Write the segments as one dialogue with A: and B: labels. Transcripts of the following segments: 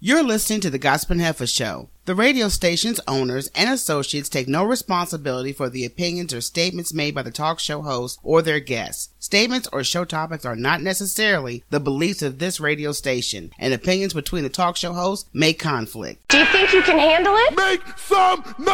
A: You're listening to the Gospel and Heifer Show. The radio station's owners and associates take no responsibility for the opinions or statements made by the talk show hosts or their guests. Statements or show topics are not necessarily the beliefs of this radio station, and opinions between the talk show hosts may conflict.
B: Do you think you can handle it?
C: Make some noise!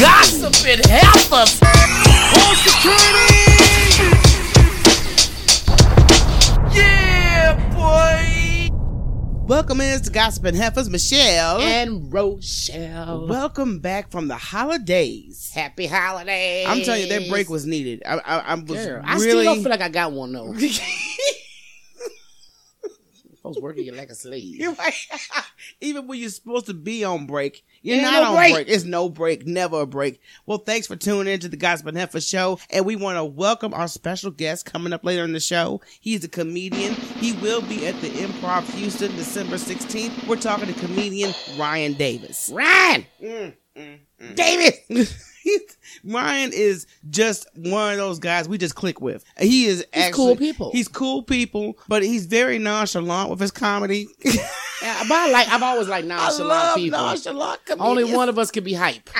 D: Gossiping heifers!
C: Hold security!
D: Yeah, boy!
A: Welcome in to Gossiping Heifers, Michelle.
D: And Rochelle.
A: Welcome back from the holidays.
D: Happy holidays.
A: I'm telling you, that break was needed. I, I, I was really.
D: Girl, I still don't feel like I got one though. Folks working you like a slave.
A: You're right. Even when you're supposed to be on break, you're
D: Ain't
A: not
D: no
A: on break.
D: break.
A: It's no break, never a break. Well, thanks for tuning in to the Gospel and Heifer Show, and we want to welcome our special guest coming up later in the show. He's a comedian. He will be at the Improv Houston December 16th. We're talking to comedian Ryan Davis.
D: Ryan!
A: mm, Davis! Ryan is just one of those guys we just click with. He is actually
D: cool people.
A: He's cool people, but he's very nonchalant with his comedy.
D: Yeah, but I like, I've always liked nonchalant people.
A: nonchalant comedians.
D: Only one of us can be hype.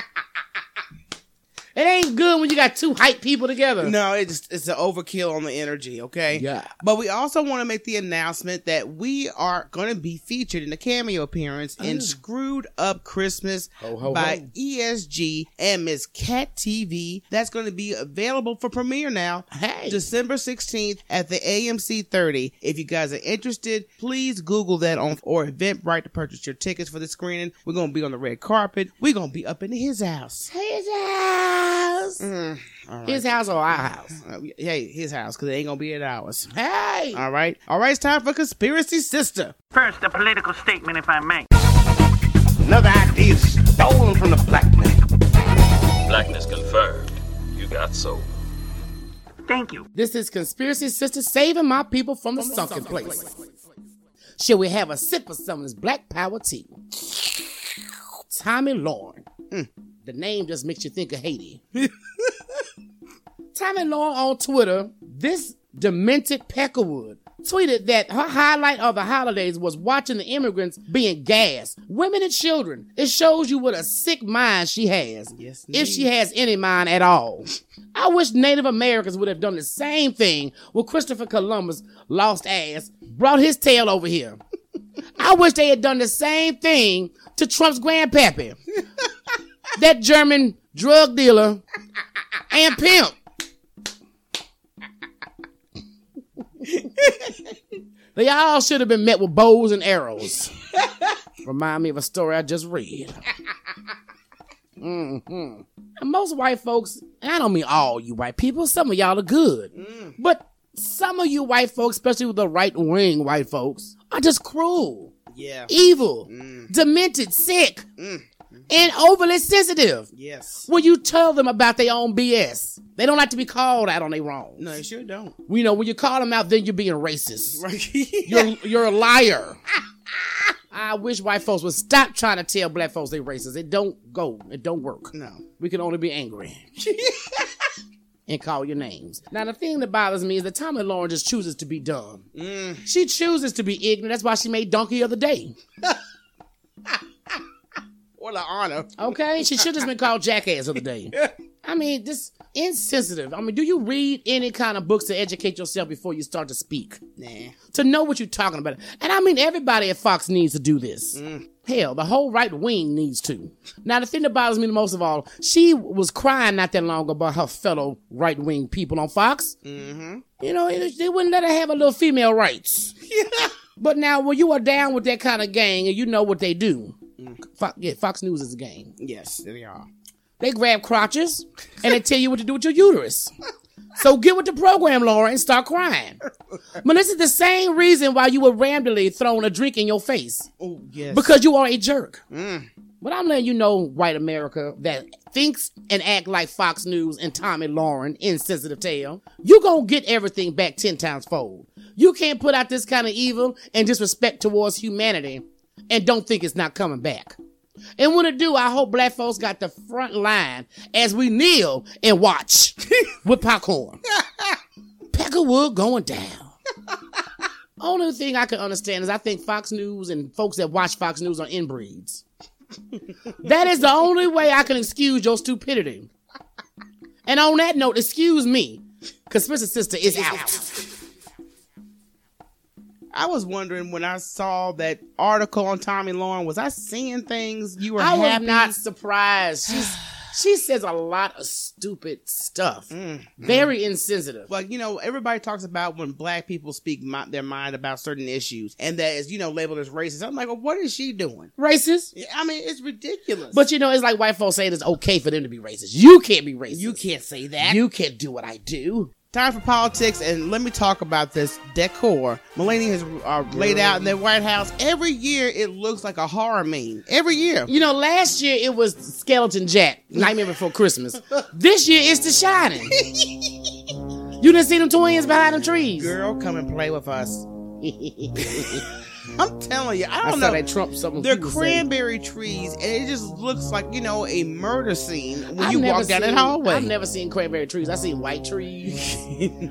D: it ain't good when you got two hype people together.
A: No, it's it's an overkill on the energy, okay?
D: Yeah.
A: But we also want to make the announcement that we are going to be featured in a cameo appearance in Screwed Up Christmas
D: Oh. Ho, ho,
A: by
D: ho.
A: ESG and Miss Cat TV. That's going to be available for premiere now.
D: Hey.
A: December 16th at the AMC 30. If you guys are interested, please Google that on or Eventbrite to purchase your tickets for the screening. We're going to be on the red carpet. We're going to be up in his house.
D: His house.
A: Mm,
D: His house or our house.
A: Uh, hey, his house, because it ain't going to be at ours.
D: Hey.
A: All right. All right, it's time for Conspiracy Sister.
E: First, a political statement, if I may.
F: Another idea stolen from the black man.
G: Blackness confirmed. You got sold.
E: Thank you.
D: This is Conspiracy Sister saving my people from the sunken place. Shall we have a sip of some of this black power tea? Tommy Lauren. The name just makes you think of Haiti. Tommy Lauren on Twitter, this demented Peckerwood tweeted that her highlight of the holidays was watching the immigrants being gassed, women and children. It shows you what a sick mind she has,
A: Yes,
D: if she has any mind at all. I wish Native Americans would have done the same thing when Christopher Columbus lost ass brought his tail over here. I wish they had done the same thing to Trump's grandpappy, that German drug dealer and pimp. they all should have been met with bows and arrows. Remind me of a story I just read. Mhm. And Most white folks, and I don't mean all you white people, some of y'all are good.
A: Mm.
D: But some of you white folks, especially with the right wing white folks, are just cruel,
A: Yeah.
D: evil,
A: Mm.
D: demented, sick, and overly sensitive
A: Yes.
D: when you tell them about their own BS. They don't like to be called out on their wrong.
A: No, you sure don't.
D: You know, when you call them out, then you're being racist.
A: Right.
D: You're you're a liar. I wish white folks would stop trying to tell black folks they're racist. It don't go. It don't work.
A: no.
D: We can only be angry. and call your names. Now the thing that bothers me is that Tommy Lauren just chooses to be dumb. She chooses to be ignorant. That's why she made Donkey of the Day.
A: What an honor.
D: Okay, she should have been called jackass of the day. I mean, this insensitive. I mean, do you read any kind of books to educate yourself before you start to speak?
A: Nah.
D: To know what you're talking about. And I mean, everybody at Fox needs to do this. Hell, the whole right wing needs to. Now, the thing that bothers me the most of all, she was crying not that long about her fellow right wing people on Fox. Mm-hmm. You know, it- they wouldn't let her have a little female rights. But now, when you are down with that kind of gang and you know what they do, Fo- yeah, Fox News is a gang.
A: Yes, they are.
D: They grab crotches and they tell you what to do with your uterus. So get with the program, Laura, and start crying. Melissa, the same reason why you were randomly thrown a drink in your face
A: Oh, yes.
D: because you are a jerk. But I'm letting you know, white America, that thinks and act like Fox News and Tommy Lauren, insensitive tale, you gonna get everything back ten times fold. You can't put out this kind of evil and disrespect towards humanity and don't think it's not coming back. And when it do, I hope black folks got the front line as we kneel and watch with popcorn. Peckerwood going down. Only thing I can understand is I think Fox News and folks that watch Fox News are inbreeds. that is the only way I can excuse your stupidity. And on that note, excuse me. Conspiracy Sister is out.
A: I was wondering when I saw that article on Tommy Lauren, was I seeing things you were
D: I was
A: happy?
D: not surprised. She's, she says a lot of stupid stuff. Very insensitive.
A: like you know everybody talks about when black people speak mi- their mind about certain issues and that is you know labeled as racist i'm like well, what is she doing
D: Racist?
A: i mean it's ridiculous
D: But you know, it's like white folks saying it's okay for them to be racist. You can't be racist. You can't say that. You can't do what I do.
A: time for politics and let me talk about this decor melanie has uh, laid out in the white house every year it looks like a horror meme every year
D: You know, last year it was Skeleton Jack, Nightmare Before Christmas. this year it's The Shining. you didn't see them twins behind them trees.
A: girl come and play with us
D: I,
A: i'm telling you i
D: saw
A: don't know
D: that Trump something.
A: they're
D: he was saying.
A: cranberry trees, and it just looks like you know a murder scene when
D: I've
A: you
D: never
A: walk down
D: seen-
A: that hallway.
D: I've never seen cranberry trees. I've seen white trees.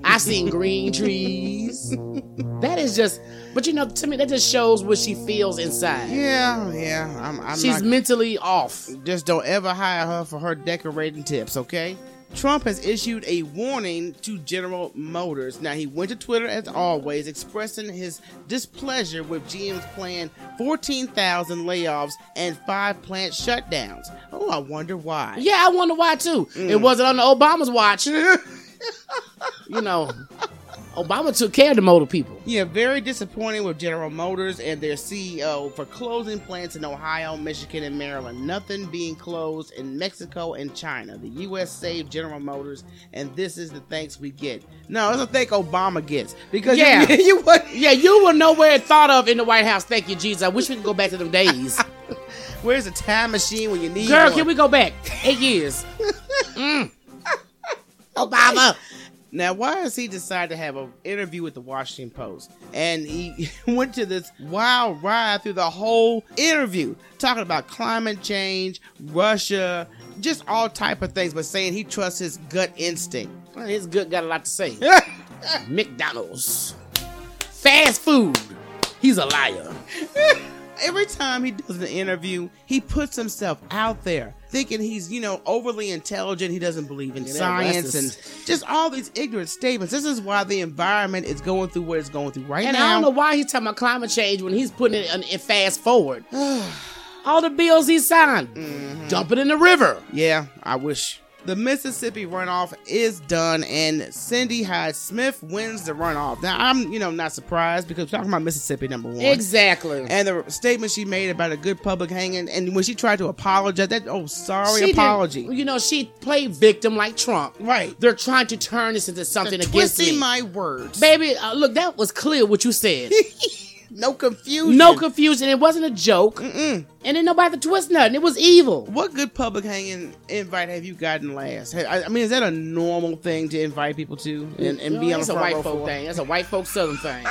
D: I've seen green trees. That is just, but you know, to me, that just shows what she feels inside.
A: yeah, yeah. I'm, I'm not-
D: She's mentally off.
A: Just don't ever hire her for her decorating tips, okay? Trump has issued a warning to General Motors. Now, he went to Twitter as always, expressing his displeasure with GM's plan 14,000 layoffs and five plant shutdowns. Oh, I wonder why.
D: Yeah, I wonder why too. It wasn't on the Obama's watch. you know, Obama took care of the motor people.
A: Yeah, very disappointing with General Motors and their CEO for closing plants in Ohio, Michigan, and Maryland. Nothing being closed in Mexico and China. The U.S. saved General Motors, and this is the thanks we get. No, it's a thank Obama gets because you-
D: Yeah.
A: you, what?
D: Yeah, you were nowhere thought of in the White House. Thank you, Jesus. I wish we could go back to them days.
A: Where's the time machine when you need
D: Girl,
A: one?
D: can we go back eight years? Mm. Obama.
A: Now, why has he decided to have an interview with the Washington Post? And he went to this wild ride through the whole interview, talking about climate change, Russia, just all type of things, but saying he trusts his gut instinct.
D: Well, his good got a lot to say. McDonald's, fast food. He's a liar.
A: Every time he does an interview, he puts himself out there, thinking he's, you know, overly intelligent. He doesn't believe in
D: Yeah,
A: science
D: that's
A: and just all these ignorant statements. This is why the environment is going through what it's going through right
D: And
A: now.
D: I don't know why he's talking about climate change when he's putting it in, in fast forward. All the bills he signed,
A: Mm-hmm.
D: dump it in the river.
A: Yeah, I wish. The Mississippi runoff is done, and Cindy Hyde Smith wins the runoff. Now, I'm, you know, not surprised because we're talking about Mississippi number one.
D: Exactly.
A: And the statement she made about a good public hanging, and when she tried to apologize, that, oh, sorry,
D: didn't-
A: apology.
D: You know, she played victim like Trump.
A: Right.
D: They're trying to turn this into
A: They're
D: something against
A: twisting
D: me.
A: my words.
D: Baby, uh, look, that was clear what you said.
A: no confusion.
D: no confusion. It wasn't a joke. And then nobody could twist nothing. It was evil.
A: What good public hanging invite have you gotten last? Hey, I, I mean, is that a normal thing to invite people to and, and
D: You
A: be
D: know,
A: on
D: that's
A: the
D: a
A: front
D: white
A: row
D: folk
A: for?
D: thing. That's a white folk southern thing.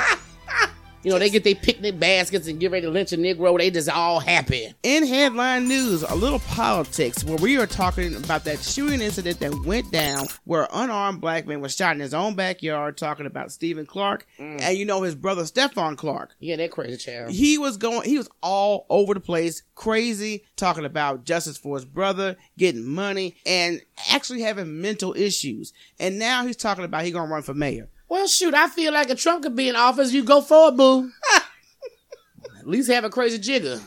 D: you know, they get their picnic baskets and get ready to lynch a Negro. They just all happy.
A: In headline news, a little politics where we are talking about that shooting incident that went down where an unarmed black man was shot in his own backyard, talking about Stephen Clark and you know his brother Stephon Clark.
D: Yeah, that crazy child.
A: He was going, he was all over the place, crazy, talking about justice for his brother, getting money, and actually having mental issues. And now he's talking about he gonna run for mayor.
D: Well, shoot, I feel like if Trump could be in office, you go for it, boo. At least have a crazy jigger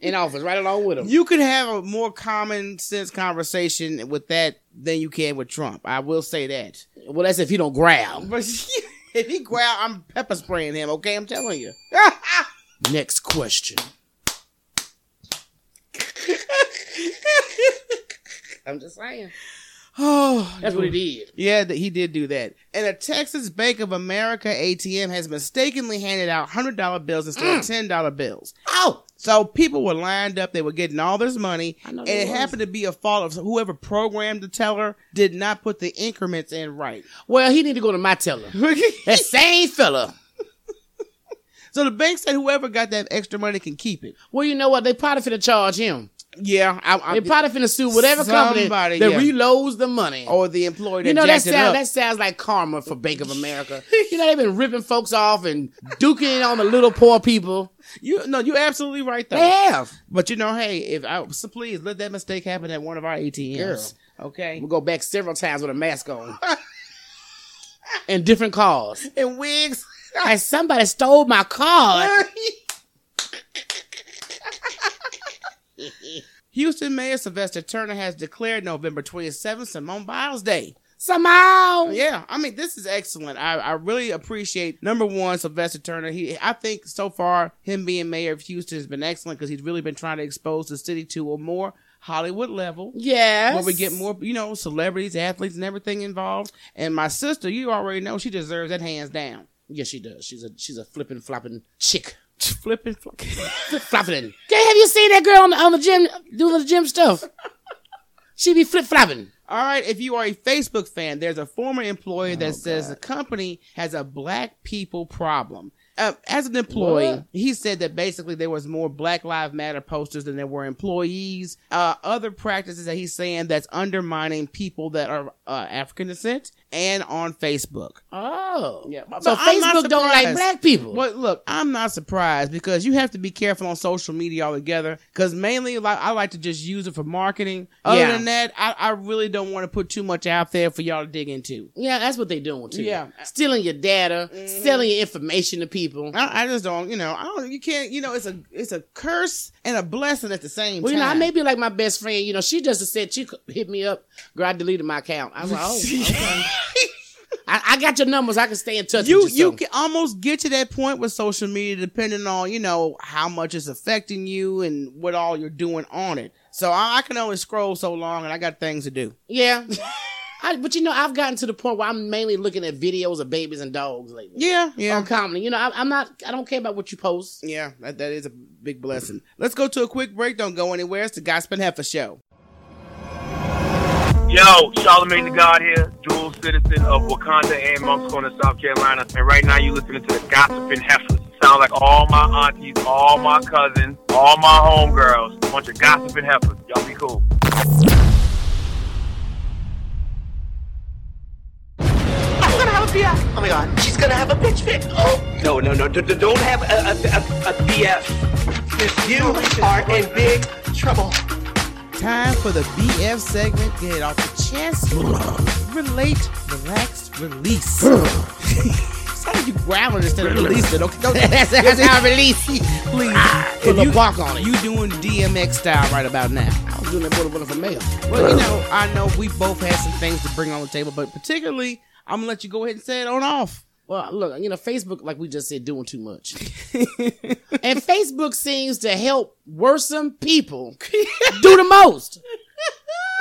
D: in office right along with him.
A: You could have a more common sense conversation with that than you can with Trump. I will say that.
D: Well, that's if he don't growl.
A: But if he growl, I'm pepper spraying him. Okay, I'm telling you.
D: Next question. I'm just saying.
A: Oh,
D: That's what he did.
A: yeah, th- he did do that. And a Texas Bank of America ATM has mistakenly handed out hundred dollar bills instead
D: Mm.
A: of ten dollar bills.
D: Oh,
A: So people were lined up; they were getting all this money,
D: I know
A: and
D: they
A: it
D: was.
A: happened to be a fault of whoever programmed the teller did not put the increments in right.
D: well, he need to go to my teller. That same fella.
A: So the bank said whoever got that extra money can keep it.
D: Well, you know what? They probably finna charge him.
A: Yeah, I, I,
D: They probably finna sue whatever
A: Somebody,
D: company that
A: yeah.
D: reloads the money.
A: or the employee that
D: you know that
A: jacked it up.
D: sounds that sounds like karma for Bank of America. you know they've been ripping folks off and duking it on the little poor people.
A: You no, you're absolutely right though.
D: They have.
A: But you know, hey, if I so please let that mistake happen at one of our ATMs. Okay.
D: We go back several times with a mask on. And different cars.
A: And wigs.
D: Like somebody stole my card.
A: Houston Mayor Sylvester Turner has declared November 27th Simone Biles Day.
D: Somehow.
A: Yeah, I mean this is excellent. I, I really appreciate number one Sylvester Turner. He I think so far him being mayor of Houston has been excellent because he's really been trying to expose the city to a more Hollywood level.
D: Yes.
A: where we get more, you know, celebrities, athletes, and everything involved. And my sister, you already know, she deserves that hands down.
D: Yes, she does. She's a she's a flippin' floppin' chick.
A: Flipping, fl-
D: Flip floppin'. Okay, have you seen that girl on the, on the gym doing the gym stuff? She be flip flopping.
A: All right, if you are a Facebook fan, there's a former employee
D: Oh,
A: that says the company has a black people problem. Uh, as an employee,
D: What?
A: he said that basically there was more Black Lives Matter posters than there were employees. Uh, other practices that he's saying that's undermining people that are uh, African descent and on Facebook.
D: Oh. Yeah. So
A: But I'm not
D: Facebook don't like
A: surprised.
D: black people.
A: Well, look, I'm not surprised because you have to be careful on social media altogether. Because mainly, like, I like to just use it for marketing. Other
D: Yeah.
A: than that, I, I really don't want to put too much out there for y'all to dig into.
D: Yeah, that's what they doing too.
A: Yeah. Mm-hmm.
D: Stealing your data, selling your information to people.
A: I, I just don't, you know, I don't. You can't, you know, it's a it's a curse and a blessing at the same
D: Well, you
A: time.
D: know, I may be like my best friend. You know, she just said she could hit me up. Girl, I deleted my account. I was like, oh, okay. I, I got your numbers. I can stay in touch.
A: you
D: with you,
A: you
D: so.
A: can almost get to that point with social media depending on you know how much it's affecting you and what all you're doing on it so i, I can only scroll so long and i got things to do
D: yeah. I, but you know, I've gotten to the point where I'm mainly looking at videos of babies and dogs lately.
A: yeah yeah
D: On comedy, you know, I, I'm not. I don't care about what you post.
A: Yeah, that, that is a big blessing. Let's go to a quick break. Don't go anywhere. It's the Gospel Heifer Show.
B: Yo, Charlemagne the God here, dual citizen of Wakanda and Monk's Corner, South Carolina. And right now you're listening to the Gossiping Heifers. Sound like all my aunties, all my cousins, all my homegirls. Bunch of Gossiping Heifers. Y'all be cool.
C: I'm gonna have a BF. Oh my god, she's gonna have a bitch fit. Oh,
F: No, no, no. D- d- don't have a, a, a, a BF. If
C: you
F: you
C: are in big trouble.
A: Time for the BF segment. Get it off the chest. Relate, relax, release. Sound like you growling instead of releasing. Okay, don't, that's, that's how I release. Ah, Please,
D: Put a
A: you,
D: bark on it.
A: you doing DMX style right about now.
D: I was doing that for the- for the mail.
A: Well, you know, I know we both had some things to bring on the table, but particularly, I'm gonna let you go ahead and say it on off.
D: Well, look, you know, Facebook, like we just said, doing too much. and Facebook seems to help worsen people do the most.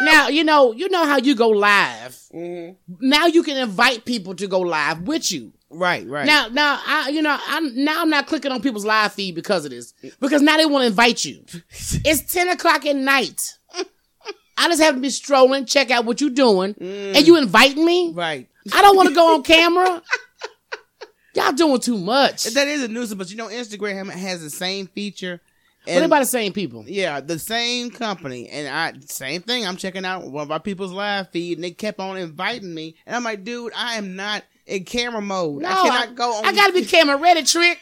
D: Now, you know, you know how you go live. Now you can invite people to go live with you.
A: Right, right.
D: Now, now, I, you know, I'm now I'm not clicking on people's live feed because of this, because now they want to invite you. it's ten o'clock at night. I just have to be strolling, check out what you're doing, and you inviting me.
A: right.
D: I don't want to go on camera. Y'all doing too much.
A: That is a nuisance, but you know, Instagram has the same feature.
D: what
A: And
D: about the same people?
A: yeah, the same company, and I same thing. I'm checking out one of our people's live feed, and they kept on inviting me, and I'm like, dude, I am not in camera mode. I cannot go on.
D: I gotta be camera ready, trick.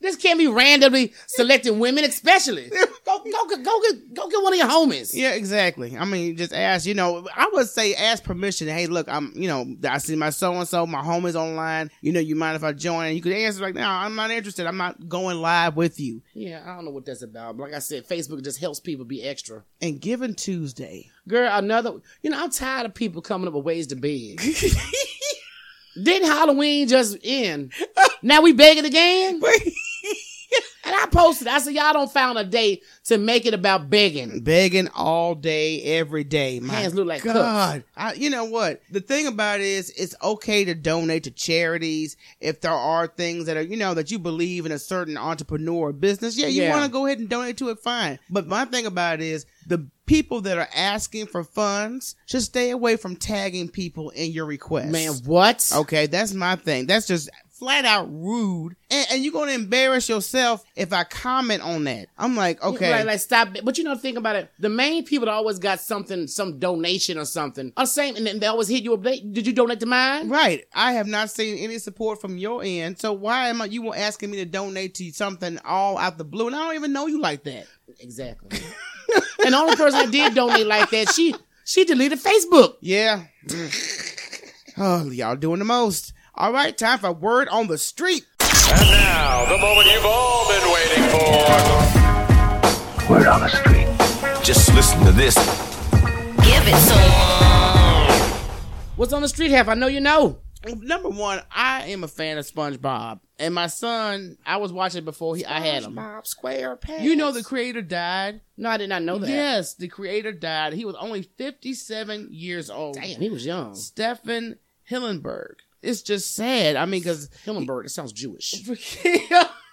D: this can't be randomly selecting women, especially. go, go, get- go, get, go get one of your homies.
A: Yeah, exactly. I mean, just ask. You know, I would say ask permission. Hey, look, I'm. You know, I see my so and so, my homies online. You know, you mind if I join? And you could answer like, no, I'm not interested. I'm not going live with you.
D: Yeah, I don't know what that's about. But like I said, Facebook just helps people be extra.
A: And Giving Tuesday,
D: Girl, another. You know, I'm tired of people coming up with ways to beg. Didn't Halloween just end? Now we begging again? And I posted. I said, y'all don't found a day to make it about begging.
A: begging all day, every day. My
D: Hands look like cups.
A: God. I, you know what? The thing about it is, it's okay to donate to charities if there are things that are, you know, that you believe in a certain entrepreneur or business. Yeah, you
D: Yeah.
A: want to go ahead and donate to it, fine. But my thing about it is, the people that are asking for funds should stay away from tagging people in your request.
D: Man, what?
A: Okay, that's my thing. That's just flat out rude. And, and you're going to embarrass yourself if I comment on that. I'm like, okay.
D: Like, like stop. that. But you know, think about it. The main people that always got something, some donation or something, are same, and then they always hit you up. They, did you donate to mine?
A: Right. I have not seen any support from your end. So why am I you were asking me to donate to something all out the blue and I don't even know you like that.
D: Exactly. and the only person that did donate like that, she she deleted Facebook.
A: Yeah. oh, y'all doing the most. All right, time for word on the street.
H: And now, the moment you've all been waiting for.
I: Word on the street. Just listen to this.
J: Give it some.
D: What's on the street half? I know you know.
A: Number one, I am a fan of SpongeBob, and my son, I was watching
D: Oh,
A: before he, I had him.
D: Bob Square Pants.
A: You know the creator died.
D: No, I did not know that.
A: Yes, the creator died. He was only 57 years old.
D: Damn, he was young.
A: Stefan Hillenberg. It's just sad. I mean, because
D: Hillenberg. That sounds Jewish.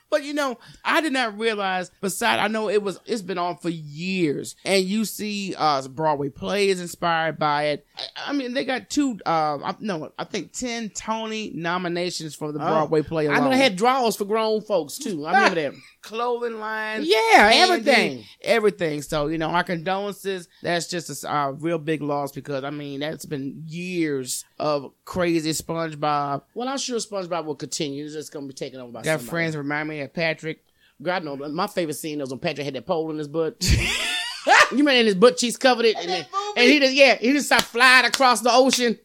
A: but you know, I did not realize. Besides, I know it was it's been on for years, and you see uh Broadway plays inspired by it. I, I mean, they got two. Uh, I, no, I think ten Tony nominations for the Broadway play.
D: Oh. I know
A: alone.
D: they had draws for grown folks too. I remember that.
A: clothing line.
D: Yeah,
A: candy,
D: everything.
A: everything. So you know, our condolences. That's just a s- a real big loss because I mean, that's been years of crazy SpongeBob.
D: Well, I'm sure SpongeBob will continue. It's just gonna be taken over by
A: Got
D: somebody.
A: friends remind me of Patrick.
D: God, no, my favorite scene was when Patrick had that pole in his butt. you remember in his butt cheeks covered it, and, then- and he just yeah, he just started flying across the ocean.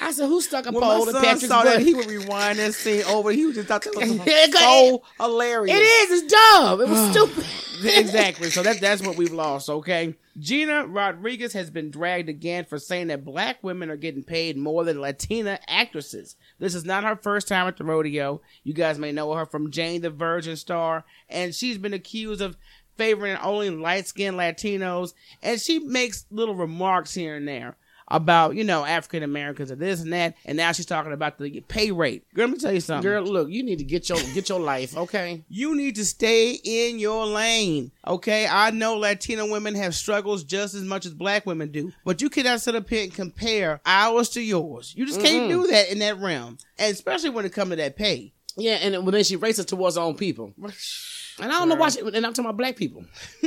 D: I said, "Who stuck a
A: When
D: pole
A: my
D: in
A: son
D: Patrick's
A: saw
D: butt?"
A: that, he would rewind that scene over. He would just thought that
D: It
A: was
D: got-
A: so hilarious.
D: it is. It's dumb. It was stupid.
A: exactly. So that that's what we've lost. Okay. Gina Rodriguez has been dragged again for saying that black women are getting paid more than Latina actresses. This is not her first time at the rodeo. You guys may know her from Jane the Virgin Star, and she's been accused of favoring only light skinned Latinos, and she makes little remarks here and there about, you know, African Americans and this and that, and now she's talking about the pay rate. Girl, let me tell you something.
D: Girl, look, you need to get your get your life, okay?
A: You need to stay in your lane. Okay. I know Latino women have struggles just as much as black women do, but you cannot sit up here and compare ours to yours. You just can't do that in that realm. And especially when it comes to that pay.
D: Yeah, and then- well, then she races towards her own people, and I don't know why. She, and I'm talking about black people.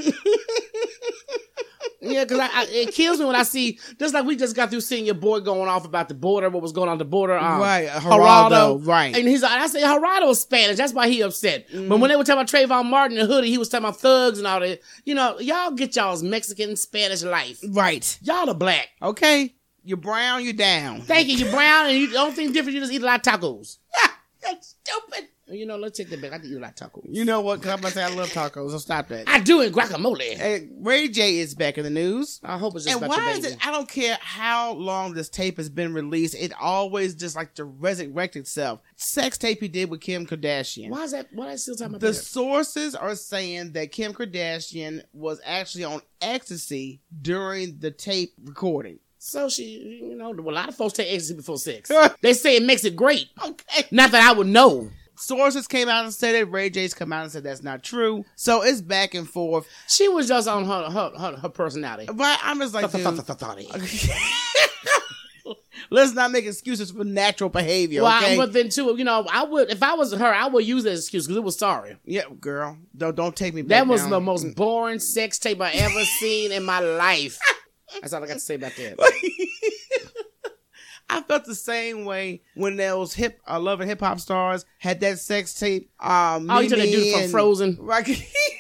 D: yeah, because I, I, it kills me when I see just like we just got through seeing your boy going off about the border, what was going on at the border, um,
A: Right, Geraldo, right.
D: And he's I say Geraldo's Spanish, that's why he upset. But when they were talking about Trayvon Martin and Hoodie, he was talking about thugs and all that. You know, y'all get y'all's Mexican Spanish life.
A: Right.
D: Y'all are black.
A: Okay. You're brown, you're down.
D: Thank you. You're brown and you don't think different. You just eat a lot of tacos.
A: That's stupid.
D: You know, let's take that back. I can eat a lot of tacos.
A: You know what? 'Cause I'm about to say I love tacos, so stop that.
D: I do in guacamole.
A: Hey, Ray J is back in the news.
D: I hope it's just
A: And
D: about
A: why
D: your
A: is
D: baby.
A: it? I don't care how long this tape has been released. It always just like to resurrect itself. Sex tape he did with Kim Kardashian.
D: Why is that? Why are they still talking about
A: The
D: this?
A: sources are saying that Kim Kardashian was actually on ecstasy during the tape recording.
D: So she, you know, well, a lot of folks take ecstasy before sex. they say it makes it great. Okay. Not that I would know.
A: Sources came out and said it. Ray J's come out and said that's not true. So it's back and forth.
D: She was just on her her her, her personality.
A: But I'm just like, dude,
D: Well,
A: let's not make excuses for natural behavior. Okay?
D: but then too, you know, I would if I was her, I would use that excuse because it was sorry.
A: yeah, girl, don't don't take me.
D: That
A: back
D: was
A: down.
D: the most boring sex tape I ever seen in my life. That's all I got to say about that.
A: I felt the same way when those hip, uh, love and hip hop stars had that sex tape. Um,
D: Oh, you
A: Mimi
D: talking that dude from
A: and-
D: Frozen?
A: Right.